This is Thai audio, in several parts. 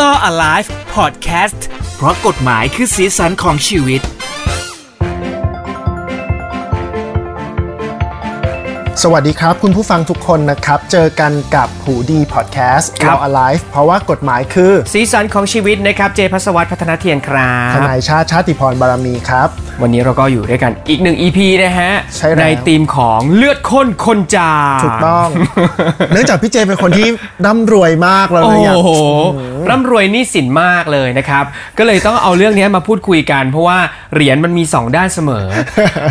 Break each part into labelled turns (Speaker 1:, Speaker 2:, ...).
Speaker 1: Law Alive Podcast เพราะกฎหมายคือสีสันของชีวิต
Speaker 2: สวัสดีครับ คุณผู้ฟังทุกคนนะครับ เจอกันกับหูดีพอดแคสต์
Speaker 1: ครับ
Speaker 2: Now Alive เพราะว่ากฎหมายคือ
Speaker 1: สีสันของชีวิตนะครับ เจพัสวัตพัฒนาเทียนครั
Speaker 2: ทนายชาติชาติพรบารมีครับ
Speaker 1: วันนี้เราก็อยู่ด้วยกันอีกหนึ่ง EP นะฮะ
Speaker 2: ใช่แล้ว
Speaker 1: ธีมของเลือดข้นคนจา
Speaker 2: ถูกต้อง เนื่องจากพี่เจเป็นคนที่ร่ำรวยมากเราเลยอยาก
Speaker 1: โอ้โห ร่ำรวยหนี่สินมากเลยนะครับ ก็เลยต้องเอาเรื่องนี้มาพูดคุยกัน เพราะว่าเหรียญมันมี 2 ด้านเสม อ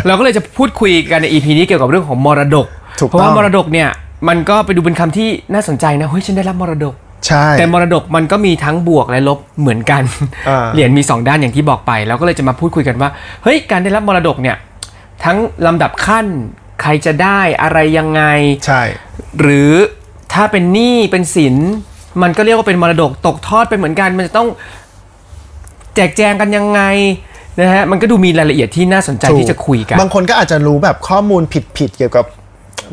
Speaker 1: เราก็เลยจะพูดคุยกันใน EP นี้เกี่ยวกับเรื่องของมรดก
Speaker 2: ถูกต้อง
Speaker 1: เพราะว่ามรดกเนี่ยมันก็ไปดูเป็นคำที่น่าสนใจนะเฮ้ยฉันได้รับมรดก
Speaker 2: ใช่
Speaker 1: แต่มรดกมันก็มีทั้งบวกและลบเหมือนกัน
Speaker 2: อ่า
Speaker 1: เหรียญมี 2 ด้านอย่างที่บอกไป แล้วก็เลยจะมาพูดคุยกันว่า เฮ้ย การได้รับมรดกเนี่ย ทั้งลำดับขั้น ใครจะได้อะไรยังไง
Speaker 2: ใช่
Speaker 1: หรือถ้าเป็นหนี้เป็นสิน มันก็เรียกว่าเป็นมรดกตกทอดไปเหมือนกัน มันจะต้องแจกแจงกันยังไงนะฮะ มันก็ดูมีรายละเอียดที่น่าสนใจที่จะคุยกัน
Speaker 2: บางคนก็อาจจะรู้แบบข้อมูลผิดๆเกี่ยวกับ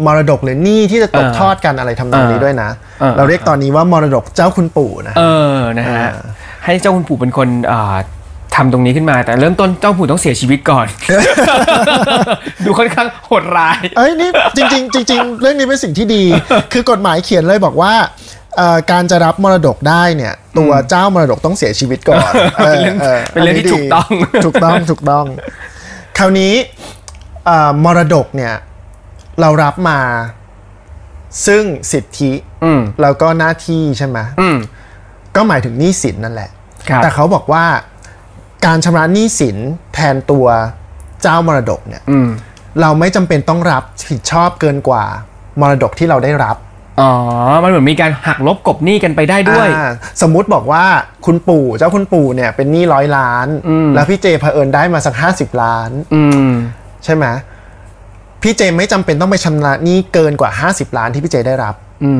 Speaker 2: มรดกหรือหนี้ที่จะตก
Speaker 1: เออ
Speaker 2: ทอดกันอะไรทำนองนี้ด้วยนะ
Speaker 1: เออ
Speaker 2: เราเรียกตอนนี้ว่ามรดกเจ้าคุณปู่นะ
Speaker 1: เออ นะฮะ ให้เจ้าคุณปู่เป็นคนเอ่อทำตรงนี้ขึ้นมา แต่เริ่มต้นเจ้าปู่ต้องเสียชีวิตก่อน ดูค่อนข้างโหดร้าย
Speaker 2: เอ้ยนี่ จริงๆจริงๆเรื่องนี้เป็นสิ่งที่ดี คือกฎหมายเขียนเลยบอกว่าเอ่อการจะรับมรดกได้เนี่ย ตัวเจ้ามรดกต้องเสียชีวิตก่ อน
Speaker 1: เป็นเรื่องเป็นเรื่องที่
Speaker 2: นนี้
Speaker 1: ถูกต้อง
Speaker 2: ดี ถูกต้องถูกต้อง คราวนี้เอ่อมรดกเนี่ยเรารับมา ซึ่งสิทธิ
Speaker 1: อืม
Speaker 2: แล้วก็หน้าที่ใช่ไหม
Speaker 1: อืม
Speaker 2: ก็หมายถึงหนี้สินนั่นแหละ
Speaker 1: ครับ
Speaker 2: แต่เขาบอกว่าการชำระหนี้สินแทนตัวเจ้ามรดกเนี่ย
Speaker 1: อืม
Speaker 2: เราไม่จำเป็นต้องรับผิดชอบเกินกว่ามรดกที่เราได้รับ
Speaker 1: อ๋อ มันเหมือนมีการหักลบกบหนี้กันไปได้ด้วย
Speaker 2: อ่าสมมุติบอกว่าคุณปู่เจ้าคุณปู่เนี่ยเป็นหนี้ร้อยล้าน แล้วพี่เจเผอิญได้มาสักห้าสิบล้าน
Speaker 1: อืม
Speaker 2: ใช่ไหมพี่เจไม่จำเป็นต้องไปชำระหนี้เกินกว่า 50 ล้านที่พี่เจได้รับ
Speaker 1: อื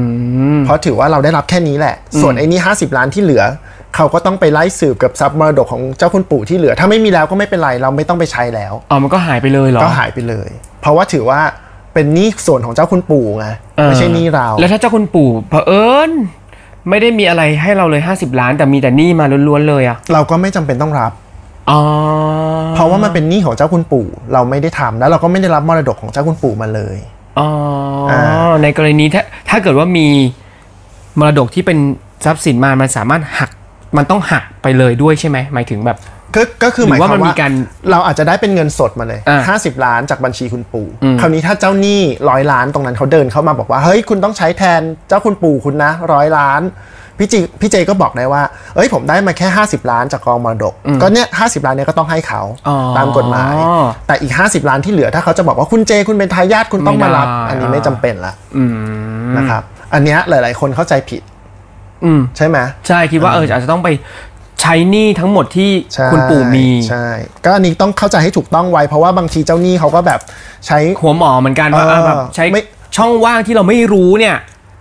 Speaker 1: ม
Speaker 2: เพราะถือว่าเราได้รับแค่นี้แหละ ส่วนไอ้หนี้50 ล้านที่เหลือ เขาก็ต้องไปไล่สืบกับทรัพย์มรดกของเจ้าคุณปู่ที่เหลือ ถ้าไม่มีแล้วก็ไม่เป็นไรเราไม่ต้องไปใช้แล้ว
Speaker 1: อ๋อ มันก็หายไปเลยเหรอ
Speaker 2: ก็หายไปเลย เพราะว่าถือว่าเป็นหนี้ส่วนของเจ้าคุณปู่ไงไม่ใช่หนี้เรา
Speaker 1: แล้วถ้าเจ้าคุณปู่เผอิญไม่ได้มีอะไรให้เราเลย 50 ล้าน แต่มีแต่หนี้มาล้วนๆเลยอะ
Speaker 2: เราก็ไม่จำเป็นต้องรับ
Speaker 1: อ๋อ
Speaker 2: เพราะว่ามันเป็นหนี้ของเจ้าคุณปู่ เราไม่ได้ทำแล้วเราก็ไม่ได้รับมรดกของเจ้าคุณปู่มาเลย
Speaker 1: อ๋ออา ในกรณีถ้าถ้าเกิดว่ามีมรดกที่เป็นทรัพย์สินมา มันสามารถหัก มันต้องหักไปเลยด้วยใช่ไหม หมายถึงแบบ
Speaker 2: ก็ก็คือ
Speaker 1: ห
Speaker 2: ห
Speaker 1: รื
Speaker 2: มาย
Speaker 1: อว่าว
Speaker 2: คาม
Speaker 1: มันมี
Speaker 2: ว่า
Speaker 1: การ
Speaker 2: เราอาจจะได้เป็นเงินสดมาเลย
Speaker 1: อ่า
Speaker 2: 50 ล้านจากบัญชีคุณปู่ คราวนี้ถ้าเจ้าหนี้ร้อยล้านตรงนั้นเขาเดินเข้ามาบอกว่าเฮ้ยคุณต้องใช้แทนเจ้าคุณปู่คุณนะร้อยล้าน พี่จีพี่เจก็บอกได้ว่า เอ้ยผมได้มาแค่ 50 ล้านจากกองมรดก ก็เนี่ยห้ล้านเนี่ยก็ต้องให้เขา
Speaker 1: อ๋อ
Speaker 2: ตามกฎหมาย แต่อีก 50 ล้านที่เหลือถ้าเขาจะบอกว่าคุณเจคุณเป็นทายาทคุณต้องมารับ
Speaker 1: ไม่ได้
Speaker 2: อันนี้ไม่จำเป็นละ
Speaker 1: อืม
Speaker 2: นะครับ อันเนี้ยหลาย ๆ คนเข้าใจผิด
Speaker 1: อืม
Speaker 2: ใช่ไหม
Speaker 1: ใช่คิดว่าเอออาจจะต้องไปใช้หนี้ทั้งหมดที่
Speaker 2: ใช่
Speaker 1: คุณปู่มี
Speaker 2: ใช่ก็อันนี้ต้องเข้าใจให้ถูกต้องไว้ เพราะว่าบางทีเจ้าหนี้เขาก็แบบใช้
Speaker 1: หัวหมอเหมือนกันว่า
Speaker 2: เออ
Speaker 1: เออแบบใช้
Speaker 2: ไม่
Speaker 1: ช่องว่างที่เราไม่รู้เนี่ย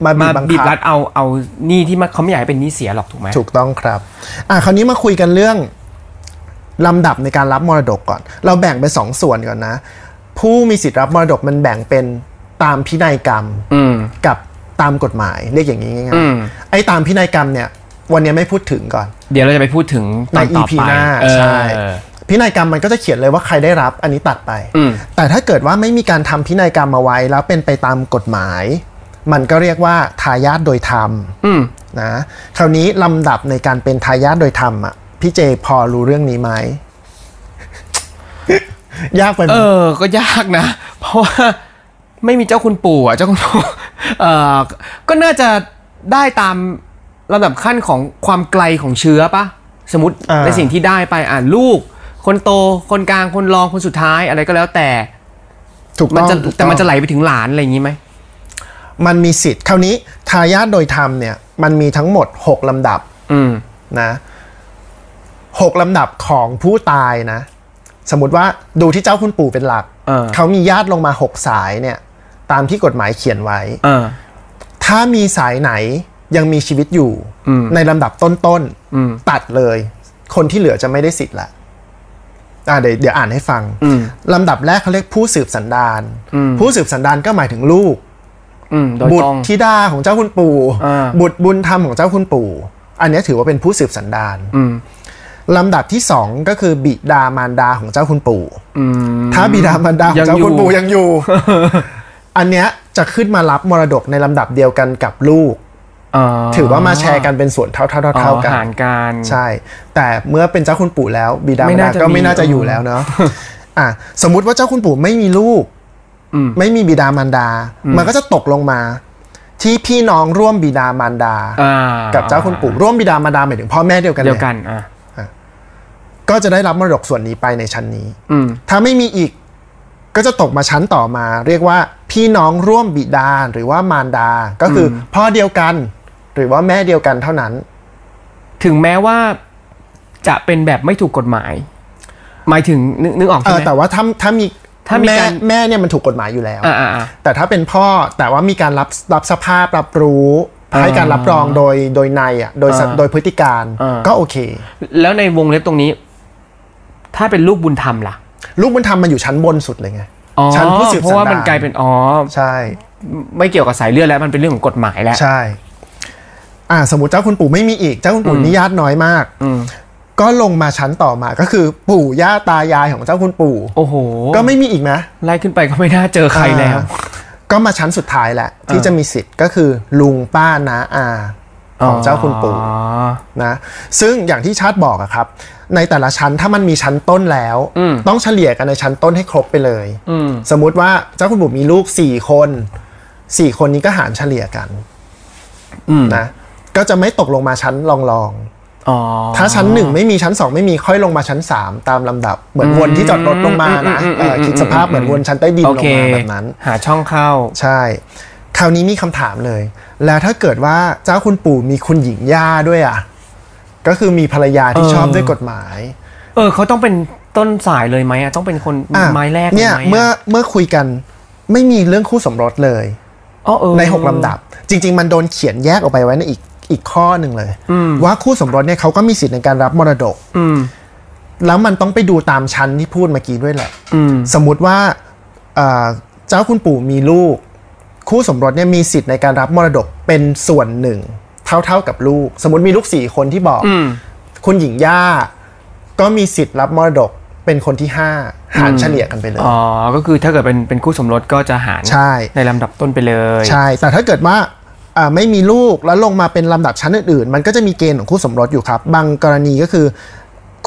Speaker 2: มาบีบบังคับ
Speaker 1: บีบรัดเอาเอาหนี้ที่มันเขาไม่อยากให้เป็นหนี้เสียหรอกถูกไหม
Speaker 2: ถูกต้องครับ อ่ะคราวนี้มาคุยกันเรื่องลำดับในการรับมรดกก่อน เราแบ่งเป็นสองส่วนก่อนนะ ผู้มีสิทธิ์รับมรดกมันแบ่งเป็นตามพินัยกรรม
Speaker 1: อืม
Speaker 2: กับตามกฎหมายเรียกอย่างนี้ง่าย
Speaker 1: อืม
Speaker 2: ๆไอ้ตามพินัยกรรมเนี่ย วันนี้ไม่พูดถึงก่อน
Speaker 1: เดี๋ยวเราจะไปพูดถึงต
Speaker 2: ใน
Speaker 1: อนต่อ
Speaker 2: EP
Speaker 1: ไป
Speaker 2: หน้า
Speaker 1: เออ
Speaker 2: ใช่พินัยกรรมมันก็จะเขียนเลยว่าใครได้รับอันนี้ตัดไป
Speaker 1: อืม
Speaker 2: แต่ถ้าเกิดว่าไม่มีการทำพินัยกรรมเอาไว้ แล้วเป็นไปตามกฎหมาย มันก็เรียกว่าทายาทโดยธรรม
Speaker 1: อืม
Speaker 2: นะคราวนี้ลำดับในการเป็นทายาทโดยธรรมอ่ะพี่เจพอรู้เรื่องนี้ไหม ยากไปไหม
Speaker 1: เออ ก็ยากนะ เพราะว่าไม่มีเจ้าคุณปู่อ่ะ เจ้าคุณปู่ เออก็น่าจะได้ตามลำดับขั้นของความไกลของเชื้อปะ สมมติ
Speaker 2: า
Speaker 1: ในสิ่งที่ได้ไปอ่ะลูก คนโต คนกลาง คนรอง คนสุดท้ายอะไรก็แล้วแต่
Speaker 2: ถูก
Speaker 1: มัน
Speaker 2: ต้อง
Speaker 1: จะ
Speaker 2: ถูก
Speaker 1: แต่มัน
Speaker 2: อง
Speaker 1: จะไหลไปถึงหลานอะไรอย่างนี้ไหม
Speaker 2: มันมีสิทธิ์คราวนี้ทายาทโดยธรรมเนี่ยมันมีทั้งหมด 6 ลำดับ
Speaker 1: อืม
Speaker 2: นะหกลำดับของผู้ตายนะ สมมติว่าดูที่เจ้าคุณปู่เป็นหลัก
Speaker 1: เออ
Speaker 2: เขามีญาติลงมา 6 สายเนี่ย ตามที่กฎหมายเขียนไว้
Speaker 1: เออ
Speaker 2: ถ้ามีสายไหนยังมีชีวิตอยู่ในลำดับต้น
Speaker 1: อืม
Speaker 2: ๆตัดเลย คนที่เหลือจะไม่ได้สิทธิ์ละอ่ะเดี๋ยวเดี๋ยวอ่านให้ฟังลำดับแรกเขาเรียกผู้สืบสันดานผู้สืบสันดานก็หมายถึงลูก
Speaker 1: อืม โดย
Speaker 2: บุต
Speaker 1: ตร
Speaker 2: รง ธิดาของเจ้าคุณปู่
Speaker 1: อ่า
Speaker 2: บุตรบุญธรรมของเจ้าคุณปู่ อันเนี้ยถือว่าเป็นผู้สืบสันดานลำดับที่สองก็คือบิดามารดาของเจ้าคุณปู่ถ้าบิดามารดาของเจ้าคุณปู่ยัง อยู่ อันเนี้ยจะขึ้นมารับมรดกในลำดับเดียวกันกับลูก ถือว่ามาแชร์กันเป็นส่วนเท่าๆ
Speaker 1: อ๋อ
Speaker 2: เท่าๆกัน
Speaker 1: หารกัน
Speaker 2: ใช่ แต่เมื่อเป็นเจ้าคุณปู่แล้ว บิดา
Speaker 1: ไม่
Speaker 2: มาร
Speaker 1: น่า
Speaker 2: ดา
Speaker 1: จะ
Speaker 2: ก็
Speaker 1: มี
Speaker 2: ไม่น่าจะอยู่
Speaker 1: เออ
Speaker 2: แล้วเนาะอ่ะสมมุติว่าเจ้าคุณปู่ไม่มีลูกไม่มีบิดามารดา มันก็จะตกลงมา ที่พี่น้องร่วมบิดามารดา
Speaker 1: อ่
Speaker 2: กับเจ้าคุณปู่ร่วมบิดามารดาหมายถึงพ่อแม่เดียวกัน
Speaker 1: เดียว
Speaker 2: เนี่
Speaker 1: กั
Speaker 2: ย
Speaker 1: นอ่ะ
Speaker 2: ก็จะได้รับมรดกส่วนนี้ไปในชั้นนี้
Speaker 1: อืม
Speaker 2: ถ้าไม่มีอีกก็จะตกมาชั้นต่อมา เรียกว่าพี่น้องร่วมบิดาหรือว่ามารดา ก็คืออพ่อเดียวกัน หรือว่าแม่เดียวกันเท่านั้น
Speaker 1: ถึงแม้ว่าจะเป็นแบบไม่ถูกกฎหมาย หมายถึงนึกนึกออก
Speaker 2: เอ
Speaker 1: ใช่
Speaker 2: อ
Speaker 1: ไหม
Speaker 2: แต่ว่าถ้าถ้ามี
Speaker 1: ถ้ามี
Speaker 2: แม่
Speaker 1: การ
Speaker 2: แม่เนี่ยมันถูกกฎหมายอยู่แล้ว
Speaker 1: อ่าอ่าอ่า
Speaker 2: แต่ถ้าเป็นพ่อแต่ว่ามีการรับรับสภาพรับรู้
Speaker 1: อ่า
Speaker 2: ให้การรับรองโดยโดยในอ่ะโดยส
Speaker 1: อ่า
Speaker 2: โดยพฤติการ
Speaker 1: อ่า
Speaker 2: ก็โอเค
Speaker 1: แล้วในวงเล็บตรงนี้ ถ้าเป็นลูกบุญธรรมล่ะ
Speaker 2: ลูกบุญธรรมมันอยู่ชั้นบนสุดเลยไง
Speaker 1: อ๋อ
Speaker 2: ชั้นผู้สืบสันดาน
Speaker 1: เพราะว่ามันกลายเป็นอ๋อ
Speaker 2: ใช่
Speaker 1: ไม่เกี่ยวกับสายเลือดแล้วมันเป็นเรื่องของกฎหมายแล้ว
Speaker 2: ใช่อ่าสมมติเจ้าคุณปู่ไม่มีอีกเจ้าคุณปู่นี่ญาติน้อยมาก
Speaker 1: อืม
Speaker 2: ก็ลงมาชั้นต่อมาก็คือปู่ย่าตายายของเจ้าคุณปู่
Speaker 1: โอ้โห
Speaker 2: ก็ไม่มีอีกนะ
Speaker 1: ไล่ขึ้นไปก็ไม่น่าเจอใครแล้ว
Speaker 2: อ่า ก็มาชั้นสุดท้ายแหละที่จะมีสิทธิ์ก็คือลุงป้าน้าอาของเจ้าคุณปู่
Speaker 1: อ๋อ
Speaker 2: นะซึ่งอย่างที่ชาติบอกอะครับ ในแต่ละชั้นถ้ามันมีชั้นต้นแล้ว
Speaker 1: อืม
Speaker 2: ต้องเฉลี่ยกันในชั้นต้นให้ครบไปเลย
Speaker 1: อืม
Speaker 2: สมมุติว่าเจ้าคุณบุ๋มมีลูก 4 คน 4 คนนี้ก็หารเฉลี่ยกัน
Speaker 1: อืม
Speaker 2: นะก็จะไม่ตกลงมาชั้นรอง
Speaker 1: อ๋อ
Speaker 2: ๆ ถ้าชั้น 1 ไม่มีชั้น 2 ไม่มีค่อยลงมาชั้น 3 ตามลำดับ เหมือนวนที่จอดรถลงมานะ
Speaker 1: อืมอืมอืม
Speaker 2: เอ่ออ
Speaker 1: ม
Speaker 2: คิดสภาพเหมือนวนชั้นใต้ดิน
Speaker 1: โอ
Speaker 2: ลง
Speaker 1: เค
Speaker 2: มาแบบนั้น
Speaker 1: หาช่องเข้า
Speaker 2: ใช่ คราวนี้มีคำถามเลย แล้วถ้าเกิดว่าเจ้าคุณปู่มีคุณหญิงย่าด้วยอ่ะ ก็คือมีภรรยาที่
Speaker 1: เออ
Speaker 2: ชอบด้วยกฎหมาย
Speaker 1: เออเขาต้องเป็นต้นสายเลยไหมอะต้องเป็นคน
Speaker 2: อ่ะ
Speaker 1: ไม้แรกล
Speaker 2: เนี่ย
Speaker 1: ไหะ
Speaker 2: เมื่อเมื่อคุยกันไม่มีเรื่องคู่สมรสเลย
Speaker 1: อ๋อเออ
Speaker 2: ในหกลำดับ จริง ๆ มันโดนเขียนแยกออกไปไว้ในอีกอีกข้อหนึ่งเลย ว่าคู่สมรสเนี่ยเขาก็มีสิทธิ์ในการรับมรดก
Speaker 1: อืม
Speaker 2: แล้วมันต้องไปดูตามชั้นที่พูดเมื่อกี้ด้วยแหละ
Speaker 1: อืม
Speaker 2: สมมุติว่าเอ่อเจ้าคุณปู่มีลูก คู่สมรสเนี่ยมีสิทธิ์ในการรับมรดกเป็นส่วนหนึ่ง เท่าๆกับลูก สมมติมีลูกสี่คนที่บอก
Speaker 1: อืม
Speaker 2: คุณหญิงย่า ก็มีสิทธิ์รับมรดกเป็นคนที่ห้าหารเฉลี่ยกันไปเลย
Speaker 1: อ๋อ ก็คือถ้าเกิดเป็นเป็นคู่สมรสก็จะหาร
Speaker 2: ใช่
Speaker 1: ลำดับต้นไปเลย
Speaker 2: ใช่ แต่ถ้าเกิดว่าอ่าไม่มีลูกแล้วลงมาเป็นลำดับชั้นอื่นๆ มันก็จะมีเกณฑ์ของคู่สมรสอยู่ครับ บางกรณีก็คือ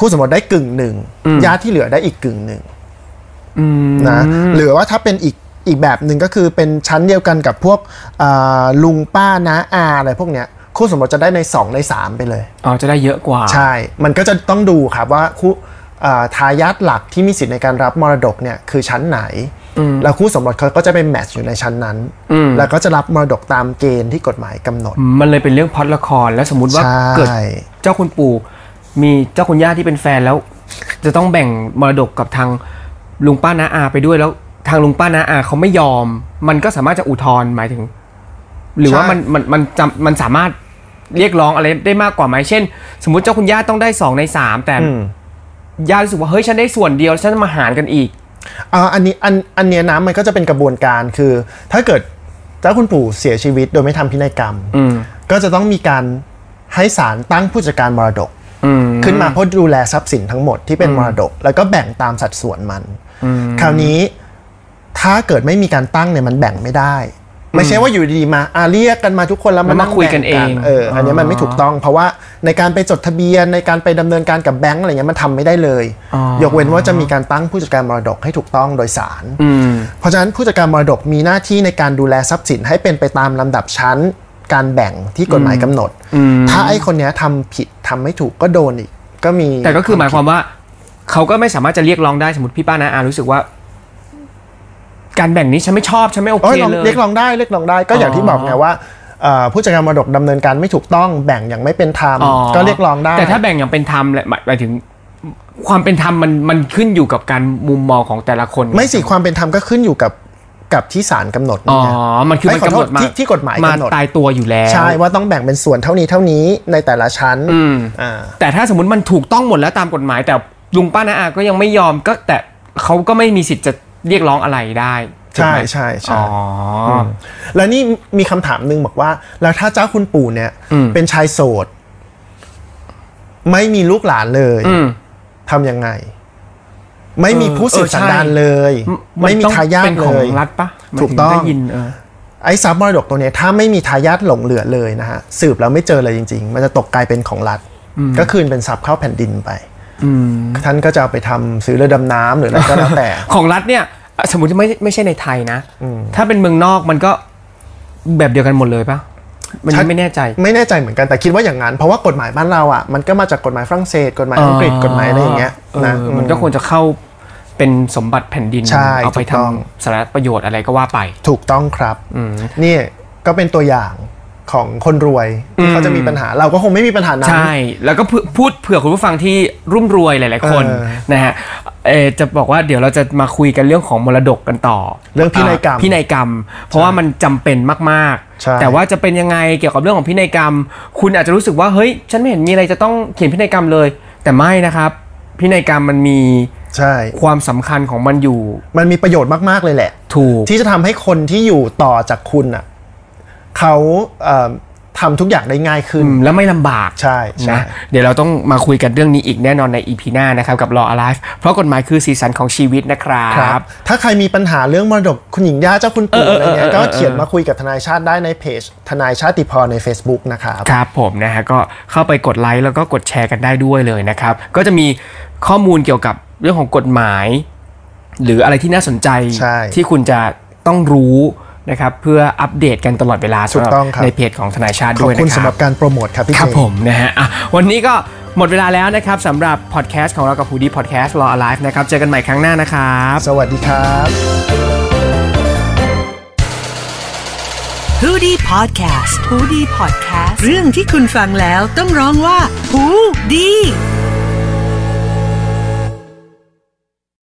Speaker 2: คู่สมรสได้กึ่งหนึ่งญาติที่เหลือได้อีกกึ่งหนึ่ง
Speaker 1: อืม
Speaker 2: นะหรือว่าถ้าเป็นอีกอีกแบบหนึ่งก็คือเป็นชั้นเดียวกันกับพวกอ่าลุงป้าน้าอาอะไรพวกเนี้ยคู่สมรสจะได้ใน 2 ใน 3 ไปเลย
Speaker 1: อ๋อ จะได้เยอะกว่า
Speaker 2: ใช่ มันก็จะต้องดูครับว่าคู่อ่าทายาทหลักที่มีสิทธิ์ในการรับมรดกเนี่ยคือชั้นไหน แล้วคู่สมรสเขาก็จะเป็นแมทช์อยู่ในชั้นนั้น
Speaker 1: อืม
Speaker 2: แล้วก็จะรับมรดกตามเกณฑ์ที่กฎหมายกำหนด
Speaker 1: มันเลยเป็นเรื่องพล็อดละคร แล้วสมมติว่า
Speaker 2: ใช่
Speaker 1: เกิดเจ้าคุณปู่ มีเจ้าคุณย่าที่เป็นแฟนแล้ว จะต้องแบ่งมรดกกับทางลุงป้าน้าอาไปด้วยแล้ว ทางลุงป้าน้าอาเขาไม่ยอม มันก็สามารถจะอุทธรณ์หมายถึง หรือว่ามันมันมันจำมันสามารถเรียกร้องอะไรได้มากกว่าไหมเช่น สมมติเจ้าคุณย่าต้องได้สองในสามแต่
Speaker 2: อืม
Speaker 1: ย่ารู้สึกว่าเฮ้ยฉันได้ส่วนเดียวฉันมาหารกันอีก
Speaker 2: เอ่ออันนี้อันอันเนี้ยนะมันก็จะเป็นกระบวนการคือ ถ้าเกิดเจ้าคุณปู่เสียชีวิตโดยไม่ทำพินัยกรรม
Speaker 1: อืม
Speaker 2: ก็จะต้องมีการให้ศาลตั้งผู้จัดการมรดก
Speaker 1: อืม
Speaker 2: ขึ้นมาเพื่อดูแลทรัพย์สินทั้งหมดที่เป็นมรดก แล้วก็แบ่งตามสัดส่วนมัน คราวนี้ถ้าเกิดไม่มีการตั้งเนี่ยมันแบ่งไม่ได้ ไม่ใช่ว่าอยู่ดีๆมาอาเรียกกันมาทุกคนแล้ว
Speaker 1: แล้วมา
Speaker 2: นั่
Speaker 1: คุยกัน
Speaker 2: แบ่
Speaker 1: เอง
Speaker 2: เอออันเนี้ยมันไม่
Speaker 1: อ๋อ
Speaker 2: ถูกต้อง เพราะว่าในการไปจดทะเบียนในการไปดำเนินการกับแบงก์อะไรเงี้ยมันทำไม่ได้เลย
Speaker 1: อ๋อ
Speaker 2: ยกเว้นว่าจะมีการตั้งผู้จัดการมรดกให้ถูกต้องโดยศาล
Speaker 1: อืม
Speaker 2: เพราะฉะนั้นผู้จัดการมรดกมีหน้าที่ในการดูแลทรัพย์สินให้เป็นไปตามลำดับชั้น การแบ่งที่กฎหมายกำหนด
Speaker 1: อืม
Speaker 2: ถ้าไอ้คนเนี้ยทำผิดทำไม่ถูกก็โดนอีก ก็มี
Speaker 1: แต่ก็คือหมายความว่า เขาก็ไม่สามารถจะเรียกร้องได้สมมติพี่ป้านะอารู้สึกว่า การแบ่งนี้ฉันไม่ชอบฉันไม่โอ
Speaker 2: โอ้
Speaker 1: เค
Speaker 2: ยลอง
Speaker 1: เลย
Speaker 2: เรียกร้องได้เรียกร้องได้ก็อย่างที่บอกไงว่าเอ่อผู้จัดการมรดกดำเนินการไม่ถูกต้องแบ่งอย่างไม่เป็นธรรม
Speaker 1: อ๋อ
Speaker 2: ก็เรียกร้องได้
Speaker 1: แต่ถ้าแบ่งอย่างเป็นธรรมแหละหมายหมายถึง ความเป็นธรรมมันมันขึ้นอยู่กับการมุมมองของแต่ละคน
Speaker 2: ไม่สิความเป็นธรรมก็ขึ้นอยู่กับกับที่ศาลกำหนด
Speaker 1: อ๋อ
Speaker 2: นี่ไง
Speaker 1: มันคือ
Speaker 2: ไม่
Speaker 1: มั
Speaker 2: ขอ
Speaker 1: นำ
Speaker 2: กโท
Speaker 1: หน
Speaker 2: ษ
Speaker 1: ดมา
Speaker 2: ที่ที่กฎหมาย
Speaker 1: มาก
Speaker 2: ำหนด
Speaker 1: ตายตัวอยู่แล้ว
Speaker 2: ใช่ว่าต้องแบ่งเป็นส่วนเท่านี้เท่านี้ในแต่ละชั้น
Speaker 1: อืม
Speaker 2: อ่า
Speaker 1: แต่ถ้าสมมติมันถูกต้องหมดแล้วตามกฎหมาย แต่ลุงป้านาอาก็ยังไม่ยอมก็ แต่เขาก็ไม่มีสิทธิ์จะเรียกร้องอะไรได้ถูก
Speaker 2: ใช่
Speaker 1: ไหม
Speaker 2: ใช่
Speaker 1: อ๋
Speaker 2: ใช่
Speaker 1: ออ
Speaker 2: แล้วนี่มีคำถามหนึ่งบอกว่า แล้วถ้าเจ้าคุณปู่เนี่ย เป็นชายโสด ไม่มีลูกหลานเลย
Speaker 1: อืม
Speaker 2: ทำยังไง ไม่มีผู้สืบสันดาน
Speaker 1: เออใช่
Speaker 2: เลย ไม่มีทายาท
Speaker 1: เป็น
Speaker 2: เล
Speaker 1: ของ
Speaker 2: ย
Speaker 1: รัฐปะมัน
Speaker 2: ถูกต้อง
Speaker 1: ได้ยินเออ
Speaker 2: ไอ้ทรัพย์มรดกตัวเนี้ยถ้าไม่มีทายาทหลงเหลือเลยนะฮะสืบแล้วไม่เจอเลยจริง ๆ มันจะตกกลายเป็นของรัฐ ก็คืนเป็นทรัพย์เข้าแผ่นดินไปท่านก็จะเอาไปทำซื้อเรือดำน้ำหรืออะไรก็แล้ว แต่
Speaker 1: ของรัฐเนี่ยอ่ะสมมติไม่ไม่ใช่ในไทยนะ ถ้าเป็นเมืองนอกมันก็แบบเดียวกันหมดเลยปะมัน
Speaker 2: ชัด
Speaker 1: ไม่แน่ใจ
Speaker 2: ไม่แน่ใจเหมือนกันแต่คิดว่าอย่างนั้น เพราะว่ากฎหมายบ้านเราอ่ะมันก็มาจากกฎหมายฝรั่งเศสกฎหมายอังกฤษกฎหมายอะไรอย่างเงี้ยนะ
Speaker 1: เออ
Speaker 2: อื
Speaker 1: มันก็ควรจะเข้าเป็นสมบัติแผ่นดิน
Speaker 2: ใช่
Speaker 1: เอาไป
Speaker 2: ถูกต้อง
Speaker 1: ทำสาระประโยชน์อะไรก็ว่าไป
Speaker 2: ถูกต้องครับนี่ก็เป็นตัวอย่างของคนรวยที่เขาจะมีปัญหาเราก็คงไม่มีปัญหานั้น
Speaker 1: ใช่ แล้วก็เพื่อพูดเผื่อคุณผู้ฟังที่รุ่มรวยหลาย ๆ คน
Speaker 2: เออ
Speaker 1: นะฮะเอ่อจะบอกว่าเดี๋ยวเราจะมาคุยกันเรื่องของมรดกกันต่อ
Speaker 2: เรื่องพินัยกรรม
Speaker 1: าพินัยกรรม เพราะว่ามันจำเป็นมาก
Speaker 2: ใช่
Speaker 1: ๆ แต่ว่าจะเป็นยังไงเกี่ยวกับเรื่องของพินัยกรรม คุณอาจจะรู้สึกว่าเฮ้ยฉันไม่เห็นมีอะไรจะต้องเขียนพินัยกรรมเลย แต่ไม่นะครับ พินัยกรรมมันมี
Speaker 2: ใช่
Speaker 1: ความสำคัญของมันอยู่
Speaker 2: มันมีประโยชน์มากๆเลยแหละ
Speaker 1: ถูก
Speaker 2: ที่จะทำให้คนที่อยู่ต่อจากคุณอ่ะเขาเอ่อทำทุกอย่างได้ง่ายขึ้น
Speaker 1: อืมแล้วไม่ลำบาก
Speaker 2: ใช่ใช่
Speaker 1: นะเดี๋ยวเราต้องมาคุยกันเรื่องนี้อีกแน่นอนใน EP หน้านะครับ กับ Law Alive เพราะกฎหมายคือสีสันของชีวิตนะครั
Speaker 2: ครับ บ ถ้าใครมีปัญหาเรื่องมรดกคุณหญิงย่าเจ้าคุณปู่
Speaker 1: เออ
Speaker 2: อะไร
Speaker 1: เออ
Speaker 2: เงี้ย
Speaker 1: เออเออ
Speaker 2: ก็เขียนมาคุยกับทนายชาติได้ในเพจ ทนายชาติพรใน Facebook นะครับ
Speaker 1: ครับผมนะฮะก็เข้าไปกดไลค์แล้วก็กดแชร์กันได้ด้วยเลยนะครับ ก็จะมีข้อมูลเกี่ยวกับเรื่องของกฎหมาย หรืออะไรที่น่าสนใจ
Speaker 2: ใช่
Speaker 1: ที่คุณจะต้องรู้นะครับ เพื่ออัปเดตกันตลอดเวลา
Speaker 2: ถูกต้องครับ
Speaker 1: ในเพจของทนายชาติ
Speaker 2: ขอ
Speaker 1: ด้
Speaker 2: บ
Speaker 1: วยนะ
Speaker 2: คุณ
Speaker 1: ค
Speaker 2: สำห
Speaker 1: รั
Speaker 2: รั
Speaker 1: บบ
Speaker 2: การโปรโมทครับพี่
Speaker 1: ครับ
Speaker 2: เจ
Speaker 1: ผมนะฮะอ่ะวันนี้ก็หมดเวลาแล้วนะครับสำหรับพอดแคสต์ของเรากับฮูดี้พอดแคสต์ Law Alive นะครับเจอกันใหม่ครั้งหน้านะครับ
Speaker 2: สวัสดีครับ
Speaker 3: h o ดี้พอดแคสต์ฮูดี้พอดแคสต์เรื่องที่คุณฟังแล้วต้องร้องว่าฮูดี